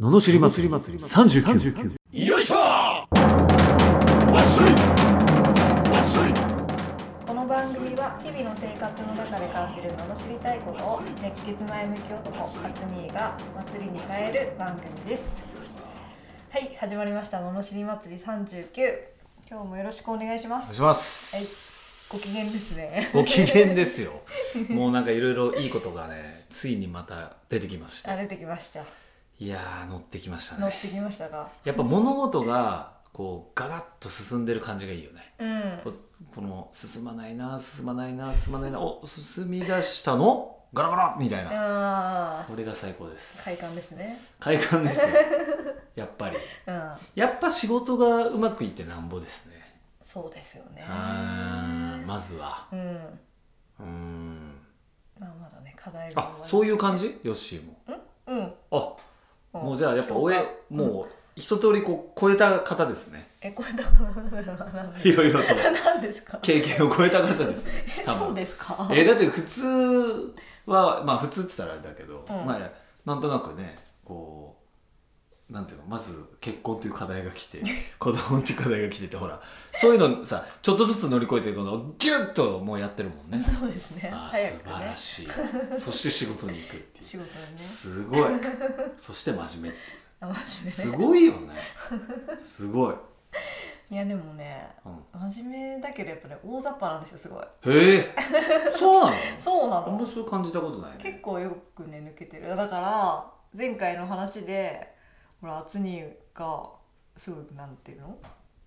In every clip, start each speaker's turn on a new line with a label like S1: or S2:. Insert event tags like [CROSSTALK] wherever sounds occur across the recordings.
S1: ののしり祭り39
S2: よいしょわっしょいわっしょい
S3: この番組は日々の生活の中で感じるのの知りたいことを熱血前向き男勝兄が祭りに変える番組ですはい始まりましたのの知り祭り39今日もよろしくお願いしま
S2: お願い
S3: す
S2: します、
S3: ご機嫌ですね
S2: ご機嫌ですよ [LAUGHS] もうなんかいろいろいいことがねついにまた出てきまし
S3: あ
S2: た
S3: 出てきました
S2: いやー乗ってきました
S3: 乗
S2: ね
S3: ってきましたが
S2: やっぱ物事がこうガガッと進んでる感じがいいよね
S3: うん
S2: ここの進まないな進まないな進まないなお進み出したのガラガラみたいな
S3: あ
S2: これが最高です
S3: ー快感ですね
S2: 快感ですよやっぱり
S3: うん
S2: やっぱ仕事がうまくいってなんぼですね
S3: そうですよね
S2: うんまずは
S3: うん
S2: うん
S3: まあまだね課題が
S2: あそう
S3: い
S2: いう感じヨッシーも
S3: ううん
S2: あもうじゃあやっぱ
S3: お
S2: 俺
S3: え
S2: もう一通りこう超えた方ですね
S3: えこれだ [LAUGHS] から
S2: いろいろと
S3: 何ですか
S2: 経験を超えた方ですね
S3: え
S2: 多
S3: そう
S2: 分
S3: ですか
S2: えだって普通はまあ普通って言ったらあれだけど、
S3: うん
S2: まあなんとなくねこうなんていうのまず結婚という課題が来て
S3: [LAUGHS]
S2: 子供っていう課題が来ててほらそういうのさちょっとずつ乗り越えていくのをギュッともうやってるもんね
S3: [LAUGHS] そうですね
S2: あー
S3: 早
S2: 素
S3: く
S2: 晴
S3: ね
S2: らしい
S3: [LAUGHS]
S2: そして仕事に行くってい
S3: 仕事
S2: う
S3: にね [LAUGHS]
S2: すごいそして真面目っていう
S3: あ真
S2: す
S3: 面目ね
S2: ごいよねすごい、
S3: いやでもね
S2: うん
S3: 真面目だけどやっぱね大雑把なんですよすごい
S2: へえそうなの
S3: そうな
S2: あんま
S3: の
S2: そう感じたことない
S3: 結
S2: ね
S3: 構よくね抜けてるだから前回の話でほら厚にがすごいなんていうの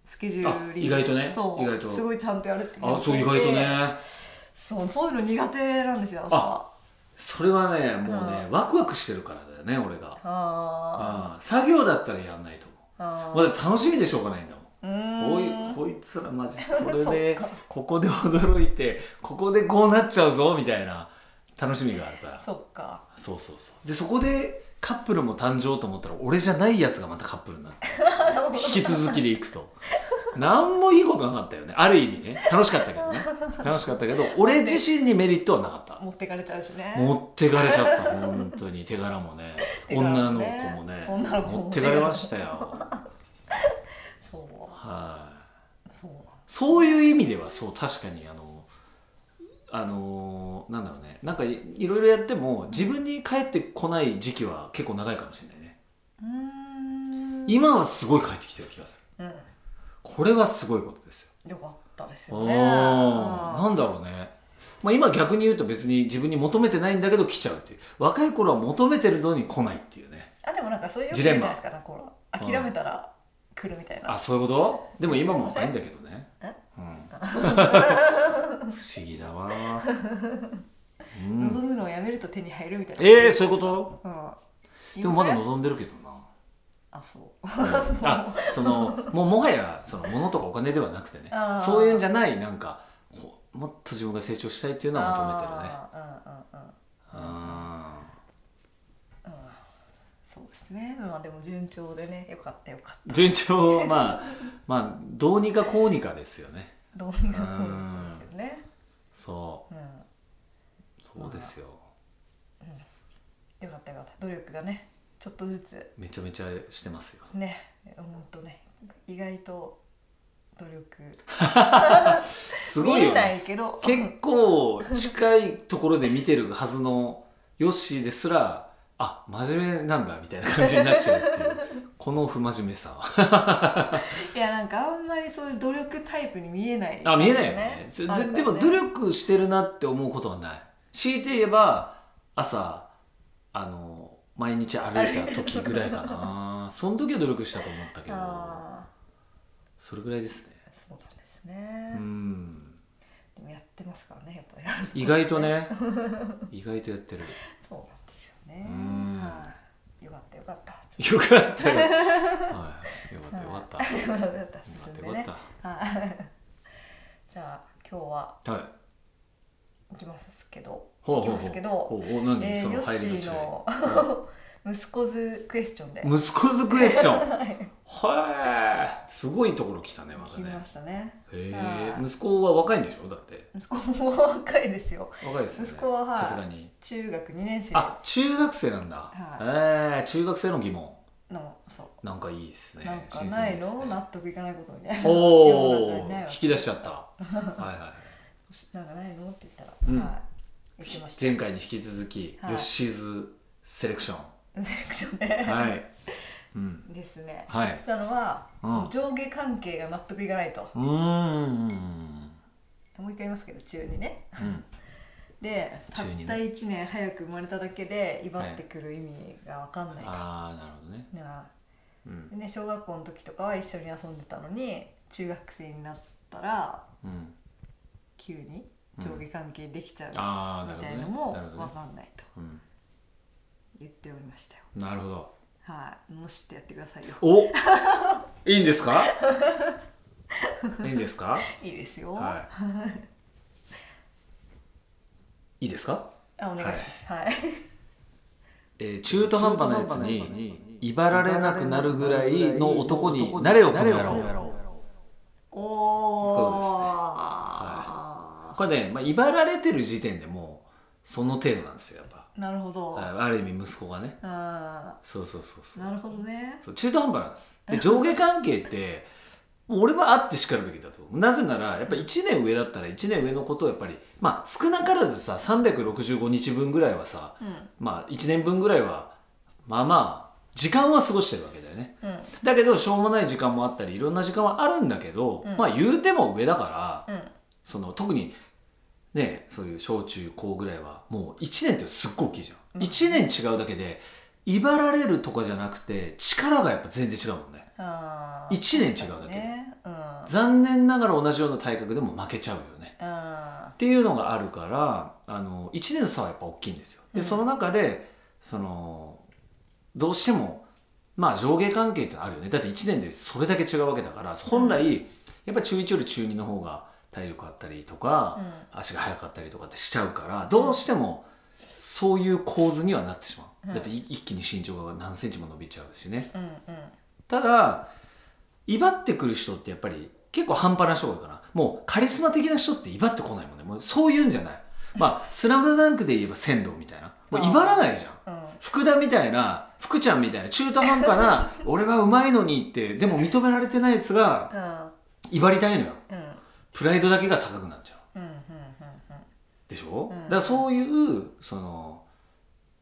S3: スケジュール
S2: あ意外とね
S3: そう
S2: 意外と
S3: すごいちゃんとやるって
S2: あそう意外とね
S3: そうそういうの苦手なんですよ私は
S2: あそれはねもうねワクワクしてるからだよね俺が
S3: あ
S2: あ作業だったらやんないと
S3: ーあ
S2: 思うもうだって楽しみでしょうがないんだも
S3: う
S2: ん
S3: ーん
S2: こういうこいつらマジこれ
S3: [LAUGHS]
S2: で
S3: そっか
S2: ここで驚いてここでこうなっちゃうぞみたいな楽しみがあるから
S3: そっか
S2: そうそうそうでそこでカップルも誕生と思ったら俺じゃないやつがまたカップルになって [LAUGHS] 引き続きでいくと何もいいことなかったよねある意味ね楽しかったけど [LAUGHS] ね楽しかったけど俺自身にメリットはなかった
S3: 持ってかれちゃうしね
S2: 持ってかれちゃった本当に手柄もね
S3: 手柄
S2: 女
S3: も
S2: の
S3: ね
S2: 子もね
S3: 女の子もね
S2: 持ってかれましたよ
S3: そう
S2: はい
S3: そう
S2: そういう意味ではそう確かにあのあのなんだろうねなんかいいろいろやっても自分に返ってこない時期は結構長いかもしれないね
S3: うーん
S2: 今はすごい帰ってきてる気がする
S3: うん
S2: これはすごいことですよ
S3: よかったです
S2: う
S3: よ
S2: ん
S3: ね
S2: な
S3: うん
S2: んだろうね、まあ、今逆に言うと別に自分に求めてないんだけど来ちゃうっていう若い頃は求めてるのに来ないっていうね
S3: あでもなんかそういう
S2: ジレン
S3: じゃ
S2: マ
S3: ないですかなんかほら諦めたら来るみたいな
S2: あそういうことでも今も若いんだけどね
S3: え、 [LAUGHS]
S2: うん、不思議だわ、うん、
S3: 望むのをやめると手に入るみたいな
S2: えー、そういうこと
S3: うん
S2: でもまだ
S3: 言いせん
S2: 望んでるけど
S3: [LAUGHS]
S2: な
S3: あそう
S2: あそのもうもはやその物とかお金ではなくてね
S3: あー
S2: そういうんじゃないなんかこうもっと自分が成長したいっていうのは求めてるね
S3: あーうんうんうん
S2: あ
S3: そうですねまあでも順調でねよかったよかっ
S2: ー順調まあまあどうにかこうにかですよね
S3: たどうにかこうにかですよね
S2: そ
S3: うん
S2: うそうですよ
S3: よかったよかった努力がねちょっとずつ
S2: めちゃめちゃしてますよ
S3: ねほんとね意外と努力
S2: すごい
S3: 見
S2: よ、
S3: えない
S2: ね、
S3: けど
S2: 結構近いところで見てるはずのヨッシーですらあ真面目なんだみたいな感じになっちゃうっていうこの不真面目さ
S3: [LAUGHS] いやなんかあんまりそういう努力タイプに見えない、
S2: あ見えないよねそれ
S3: なんか
S2: ででも努力してるなって思うことはない強いて言えば朝あの毎日歩いた時ぐらいか
S3: [LAUGHS]
S2: なその時は努力したと思ったけど
S3: あ
S2: それぐらいですね
S3: あそうなんですね、
S2: うん
S3: でもやってますからねやっぱりやる
S2: 意外
S3: [LAUGHS]
S2: とね意外とやってる
S3: そうなんですよね
S2: うん
S3: はいよかったよかった
S2: よかった
S3: [LAUGHS]
S2: よ、はい、よかったよかったよ
S3: よかった
S2: か
S3: 進
S2: っ
S3: ん
S2: た
S3: で
S2: よかっ
S3: ねはい [LAUGHS] じゃあ今日は
S2: たはい
S3: 行きますけど
S2: ほう
S3: い
S2: ほう
S3: きますけど
S2: ほうほうほう何、
S3: えー
S2: そ
S3: ヨ
S2: の
S3: ッ
S2: 入
S3: シ
S2: りの違い
S3: ーの [LAUGHS] 息子図クエスチョンで
S2: 息子ズクエスチョ
S3: [LAUGHS]
S2: ン
S3: はい
S2: はいすごいところ来たねまた
S3: 聞き
S2: ね
S3: ましたね
S2: へえ
S3: はい
S2: 息子は若いんでしょだって
S3: 息子も若いですよ
S2: 若いですよね
S3: 息子ははい
S2: さすがに
S3: 中学2年生
S2: あ中学生なんだ
S3: はい
S2: ええ中学生の疑問
S3: のそう
S2: なんかいいですね
S3: なんか
S2: 新
S3: な
S2: 鮮
S3: い
S2: です
S3: の、
S2: ね
S3: 納得いかないことみたいな世の中
S2: お
S3: に
S2: お
S3: ないわ
S2: 引
S3: け
S2: き出しちゃったはいはい
S3: なんかないのって言ったら、
S2: うん
S3: はい言ってました
S2: 前回に引き続き、
S3: はい
S2: ヨッシーズセレクション
S3: [LAUGHS] セレクション [LAUGHS] で、
S2: はい、うん、
S3: ですね
S2: は
S3: 言
S2: い
S3: ってたのは、
S2: うん
S3: 上下関係が納得いかないと
S2: うーんうん
S3: もう一回言いますけど中にね [LAUGHS] でたっ
S2: 中二ね
S3: た1年早く生まれただけで威張ってくる意味が分かんないと、
S2: ああなるほどね、
S3: な
S2: うん
S3: でね小学校の時とかは一緒に遊んでたのに中学生になったら
S2: うん、
S3: 急に上下関係できちゃう
S2: ああな
S3: み
S2: る
S3: たい
S2: ほど
S3: の
S2: ね
S3: も
S2: なる
S3: 分
S2: ほどね、
S3: かんないと
S2: うん、
S3: 言っておりましたよ
S2: なるほど
S3: はいもう知ってやってくださいよ
S2: おいいんで
S3: [LAUGHS]
S2: すかいいんですか
S3: いいですよ、
S2: はいいいですか、
S3: あお願いします
S2: [LAUGHS]
S3: はい、
S2: えー、中途半端なやつに威張られなくなるぐらいの男になれよこの野郎
S3: お
S2: そうですねは
S3: お、
S2: これね、まあ、威張られてる時点でもうその程度なんですよやっぱ
S3: なるほど、
S2: あある意味息子がね
S3: あ
S2: そうそうそうそ
S3: ー
S2: う
S3: なるほどね
S2: そう中途半端なんです [LAUGHS] で上下関係ってもう俺はあってしかるべきだと思うなぜならやっぱり1年上だったら1年上のことをやっぱりまあ少なからずさ365日分ぐらいはさ
S3: うん
S2: まあ1年分ぐらいはまあまあ時間は過ごしてるわけだよね
S3: うん
S2: だけどしょうもない時間もあったりいろんな時間はあるんだけど、
S3: うん
S2: まあ言うても上だから
S3: うん
S2: その特にねそういう小中高ぐらいはもう1年ってすっごい大きいじゃん、
S3: うん
S2: 1年違うだけで威張られるとかじゃなくて力がやっぱ全然違うもんね
S3: あー
S2: 一年違うだけ
S3: ねうんあ
S2: 残念ながら同じような体格でも負けちゃうよね
S3: ー
S2: っていうのがあるからあの1年の差はやっぱ大きいんですよ。で、
S3: うん
S2: その中でそのどうしてもまあ上下関係ってあるよねだって1年でそれだけ違うわけだから本来、やっぱり中1より中2の方が体力あったりとか、
S3: うん
S2: 足が速かったりとかってしちゃうからどうしてもそういう構図にはなってしまう。
S3: うん
S2: だってい一気に身長が何センチも伸びちゃうしね。
S3: うんうん
S2: ただ威張ってくる人ってやっぱり結構半端な人が多いかなもうカリスマ的な人って威張ってこないもんねもうそういうんじゃないまあ「スラムダンクで言えば仙道みたいなもう威張らないじゃん
S3: うん
S2: 福田みたいな福ちゃんみたいな中途半端な「俺はうまいのに」ってでも認められてないやつが
S3: うん
S2: 威張りたいのよ
S3: うんうん
S2: プライドだけが高くなっちゃう
S3: うんうん
S2: でしょ、
S3: うん
S2: だからそういうその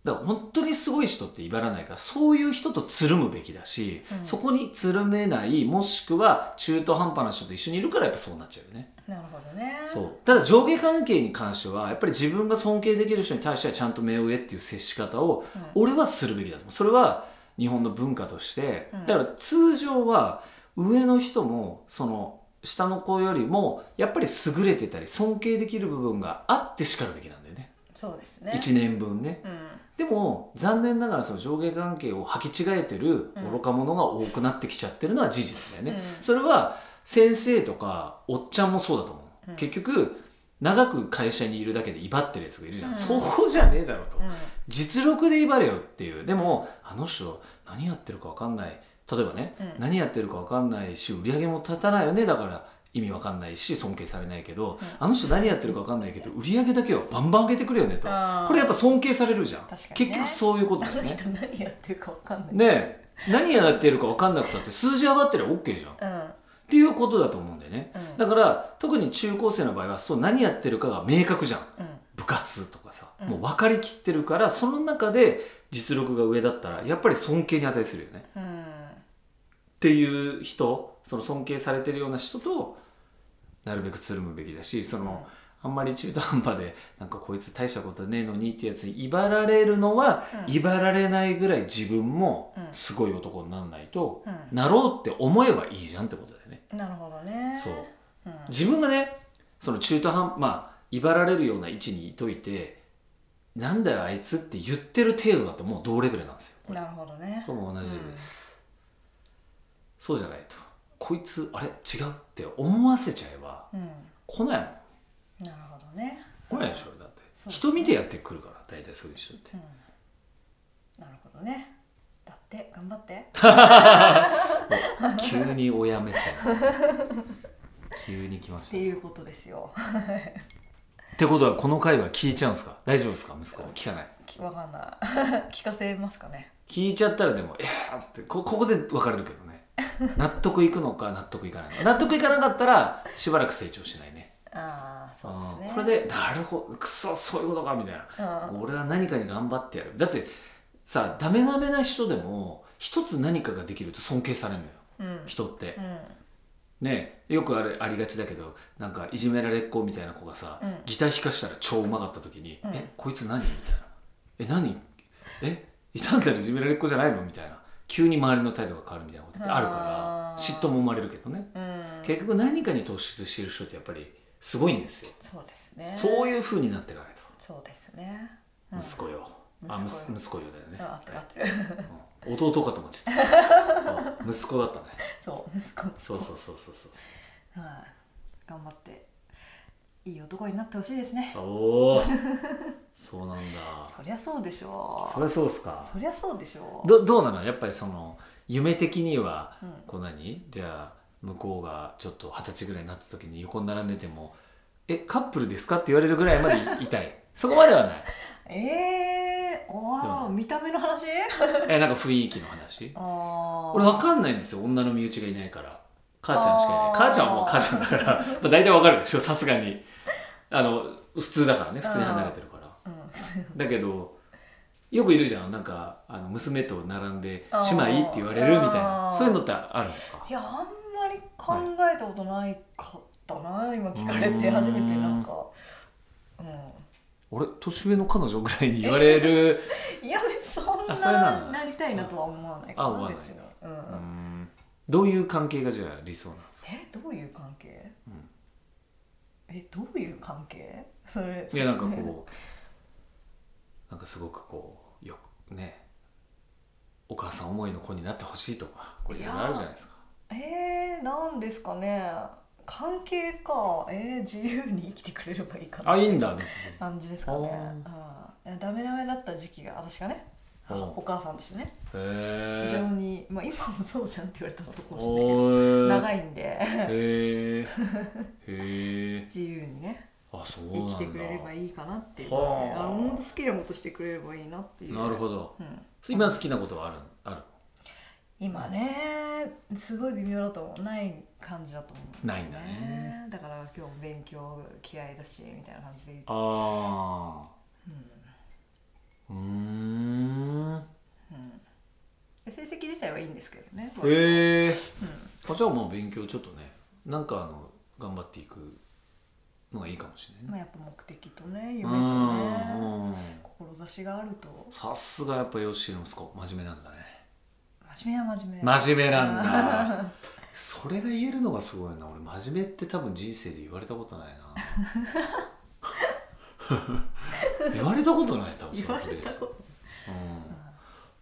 S2: だから本当にすごい人って威張らないからそういう人とつるむべきだし、
S3: うん
S2: そこにつるめないもしくは中途半端な人と一緒にいるからやっぱそうなっちゃうよね、
S3: なるほどね
S2: そうただ上下関係に関してはやっぱり自分が尊敬できる人に対してはちゃんと目を上っていう接し方を
S3: うん
S2: 俺はするべきだと思うそれは日本の文化として
S3: うん
S2: だから通常は上の人もその下の子よりもやっぱり優れてたり尊敬できる部分があってしかるべきなんだよね
S3: そうですね
S2: 1年分ね
S3: うん
S2: でも残念ながらその上下関係を履き違えてる
S3: うん
S2: 愚か者が多くなってきちゃってるのは事実だよね、
S3: うん
S2: それは先生とかおっちゃんもそうだと思う、
S3: うん
S2: 結局長く会社にいるだけで威張ってるやつがいるじゃん、
S3: うん
S2: そこじゃねえだろと、
S3: うん
S2: 実力で威張れよっていうでもあの人何やってるか分かんない例えばね、
S3: うん
S2: 何やってるか分かんないし売り上げも立たないよねだから意味分かんないし尊敬されないけど、
S3: うん
S2: あの人何やってるか分かんないけど売り上げだけはバンバン上げてくるよねと
S3: あー
S2: これやっぱ尊敬されるじゃん、
S3: 確かにね
S2: 結局そういうこと
S3: あ
S2: だよ
S3: の
S2: ね
S3: 人何やってるかわかんない
S2: ねえ何やってるか分かんなくたって数字上がってりゃ OK じゃんっ
S3: うん
S2: ていうことだと思うんだよね
S3: うん
S2: だから特に中高生の場合はそう何やってるかが明確じゃん
S3: うん
S2: 部活とかさ、
S3: うん
S2: もう分かりきってるからその中で実力が上だったらやっぱり尊敬に値するよね
S3: うん
S2: っていう人その尊敬されてるような人となるべくつるむべきだしその、あんまり中途半端でなんかこいつ大したことねえのにってやつに威張られるのは、
S3: うん
S2: 威張られないぐらい自分も
S3: うん
S2: すごい男にならないと、
S3: う
S2: なろうって思えばいいじゃんってことだよね。
S3: なるほどね
S2: そう
S3: うん
S2: 自分がねその中途半まあ威張られるような位置にいといてなんだよあいつって言ってる程度だともう同レベルなんですよこれ
S3: なるほどね
S2: これも同じレベルです、そうじゃないとこいつあれ違うって思わせちゃえば
S3: うん
S2: 来ないもん
S3: なるほどね
S2: 来ないでしょだって、
S3: そうですね
S2: 人見てやってくるから大体そういう人って
S3: うんなるほどねだって頑張って
S2: 急に親
S3: [LAUGHS]
S2: 目線急に来ま
S3: っ
S2: した
S3: て
S2: ね
S3: いうことですよ
S2: ってことはこの回は聞いちゃうんですか大丈夫ですか息子聞かない
S3: きわかんない [LAUGHS] 聞かせますかね
S2: 聞いちゃったらでも「いやー」ってこここで分かれるけどね [LAUGHS] 納得いくのか納得いかないのか納得いかなかったらしばらく成長しないね
S3: ああそうですね
S2: うんこれでなるほどくそそういうことかみたいな
S3: うん
S2: 俺は何かに頑張ってやるだってさダメダメな人でも一つ何かができると尊敬されるのよ
S3: うん
S2: 人って
S3: う、ん
S2: ねよくあれありがちだけどなんかいじめられっ子みたいな子がさ、
S3: うん
S2: ギター弾かしたら超うまかった時に「
S3: うん
S2: えこいつ何?」みたいな「え何えいたんだらいじめられっ子じゃないの?」みたいな急に周りの態度が変わるみたいなことってあるから
S3: あー
S2: 嫉妬も生まれるけどね
S3: うん
S2: 結局何かに突出してる人ってやっぱりすごいんですよ
S3: そうですね
S2: そういう風になっていかないと、
S3: そうですねうん
S2: 息子よあむ
S3: 息
S2: す
S3: 子よ
S2: 息子よだよね
S3: あ合ってる合ってる
S2: うん弟かと思っちゃっ
S3: [LAUGHS]
S2: たうん息子だったね
S3: そう息子
S2: そうそうそうそうそう
S3: [LAUGHS] はい頑張っていい男になってほしいですね
S2: そう
S3: [LAUGHS]
S2: おおそうなんだ
S3: そりゃそうでしょう
S2: そりゃそうっすか
S3: そりゃそうでしょう
S2: どどうなのやっぱりその夢的には
S3: うん
S2: こう何じゃあ向こうがちょっと二十歳ぐらいになった時に横に並んでても「えカップルですか?」って言われるぐらいまでいい
S3: [LAUGHS]
S2: たいそこまではない
S3: ええー、お
S2: ど
S3: お見た目の話
S2: えなんか雰囲気の話
S3: あー
S2: 俺わかんないんですよ女の身内がいないから母ちゃんしかいない
S3: あー
S2: 母ちゃんはもう母ちゃんだからまあ大体わかるでしょさすがにあの普通だからね普通に離れてるから
S3: うん
S2: だけどよくいるじゃんなんかあの娘と並んで
S3: あー
S2: 「姉妹?」って言われるみたい
S3: あー
S2: なそういうのってあるんですか
S3: いやあんまり考えたことないかったな、今聞かれて初めてなんかうん
S2: 俺年上の彼女ぐらいに言われる
S3: いや別にそん
S2: あそれな
S3: な
S2: の
S3: なりたいなとは思わないかな
S2: あ思わない
S3: 別に、う、
S2: [LAUGHS] うんんどういう関係がじゃあ理想なんですか
S3: えどういう関係、
S2: うん
S3: えどういう関係それ
S2: いやなんかこ
S3: [LAUGHS]
S2: うなんかすごくこうよくねお母さん思いの子になってほしいとかこれいろいろあるじゃないですか
S3: えー、なんですかね関係かえー、自由に生きてくれればいいかな
S2: あいいんだ別に
S3: 感じですかね
S2: あ
S3: うんいやダメダメだった時期が私がね
S2: うん
S3: お母さんですね
S2: へ
S3: 非常
S2: え
S3: に、まあ、今もそうじゃんって言われたらそうかもしれないけど
S2: おー
S3: 長いんで [LAUGHS]
S2: へえへえ
S3: 自由にね
S2: あそうなん
S3: 生
S2: だ
S3: きてくれればいいかなっていう
S2: そうなんだ
S3: あの本当好きなことしてくれればいいなっていう
S2: なるほど
S3: うん、
S2: 今好きなことはあるあ
S3: 今ねすごい微妙だと思うない感じだと思う
S2: ないんだね
S3: だから今日も勉強嫌いだしみたいな感じで
S2: るああうんん
S3: で成績自体はいいんですけどね
S2: へえあじゃあもう勉強ちょっとねなんかあの頑張っていくのがいいかもしれないね
S3: まあ、やっぱ目的とね夢
S2: う
S3: とね
S2: んうん
S3: 志があると
S2: さすがやっぱヨッシーの息子真面目なんだね
S3: 真面目は真面目
S2: 真面目な
S3: [LAUGHS]
S2: んだそれが言えるのがすごいな俺真面目って多分人生で言われたことない
S3: [LAUGHS]
S2: な言われたことない多分
S3: 言われたこと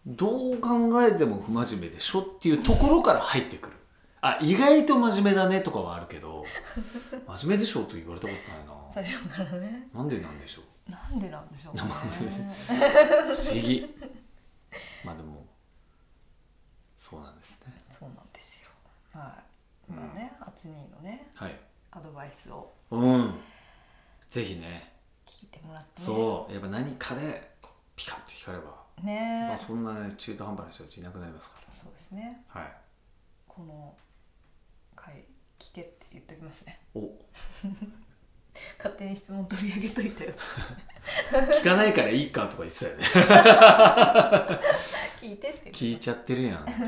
S2: うん、どう考えても不真面目でしょっていうところから入ってくるあ意外と真面目だねとかはあるけ
S3: [LAUGHS]
S2: ど真面目でしょと言われたことない
S3: 最初からね
S2: ななんでなんでしょう
S3: なんでなんでしょうね
S2: 生で
S3: [LAUGHS]
S2: 不思議まあでもそうなんですね
S3: そうなんですよはいまあね、アツニーのね
S2: はい
S3: アドバイスを
S2: うんぜひね
S3: 聞いてもらってね
S2: そうやっぱ何かでこうピカッと光れば、
S3: ね
S2: まあ、そんな中途半端な人たちいなくなりますか
S3: そうですね
S2: らはい
S3: この回聞けって言っておきますね
S2: お
S3: 勝手に質問取り上げといたよ
S2: 聞かないからいいかとか言ってたよね
S3: 聞いてって言って
S2: [LAUGHS] 聞いちゃってるやんってね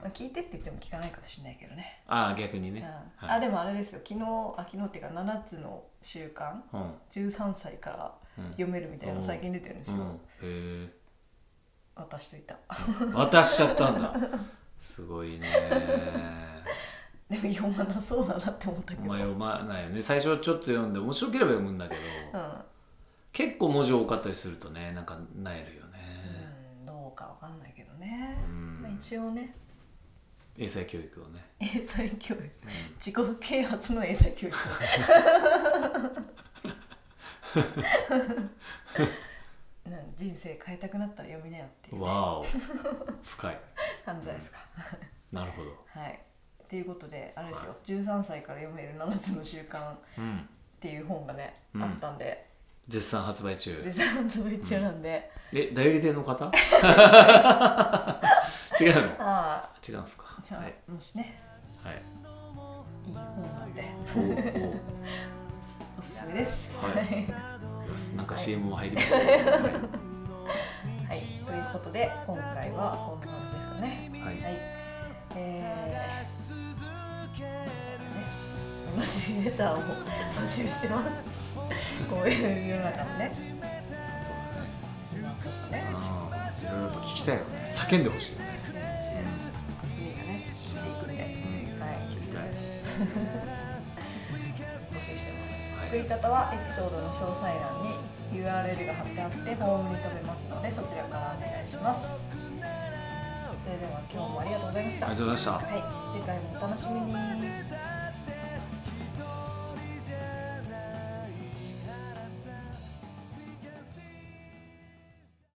S3: まあ聞いてって言っても聞かないかもしれないけどね、
S2: [LAUGHS] ああ逆に
S3: うん
S2: ね、
S3: あでもあれですよ昨日あ昨日っていうか7つの習慣
S2: うん
S3: 13歳から読めるみたいなの最近出てるんです
S2: う
S3: よ、
S2: んへえ
S3: 渡しといた
S2: 渡しちゃったんだすごいね [LAUGHS]
S3: でも読まなそうだなって思ったけど、
S2: 迷わないよね最初ちょっと読んで面白ければ読むんだけど、
S3: うん
S2: 結構文字多かったりするとねなんかなえるよね、
S3: うんどうかわかんないけどね、
S2: うん
S3: まあ、一応ね
S2: 英才教育をね
S3: 英才教育自己啓発の英才教育 [LAUGHS] なん人生変えたくなったら読みなよっていう
S2: わお深い
S3: 感じじゃないですか、
S2: なるほど
S3: はいっていうことであれですよ、13歳から読める7つの習慣っ
S2: うん
S3: ていう本がね、
S2: うん
S3: あったんで
S2: 絶賛発売中
S3: デザインの一応なんで、
S2: え代理店の [LAUGHS] 方違うの
S3: あ
S2: 違うんですか
S3: あ、
S2: はい
S3: もしね
S2: [LAUGHS] はい
S3: いい本なんで
S2: おうおう
S3: おすすめです
S2: はい
S3: はい、
S2: なんか CM も入りました [LAUGHS] ね、
S3: はいということで今回はこんな感じですかね
S2: はいはい
S3: はいえーね楽しみレターを募集してますこういう世の中のね
S2: そうだね
S3: ちょっとね
S2: あーいろいろやっぱ聞きたいよね叫んでほしいよね
S3: 次がね、知っていくんで、はい、
S2: 聞きたい
S3: 募集してます。
S2: は
S3: 送り
S2: い
S3: 方はエピソードの詳細欄に URL が貼ってあってホームに飛べますのでそちらからお願いします。それでは今日もありがとうございました。
S2: ありがとうございました
S3: はい、次回もお楽しみに。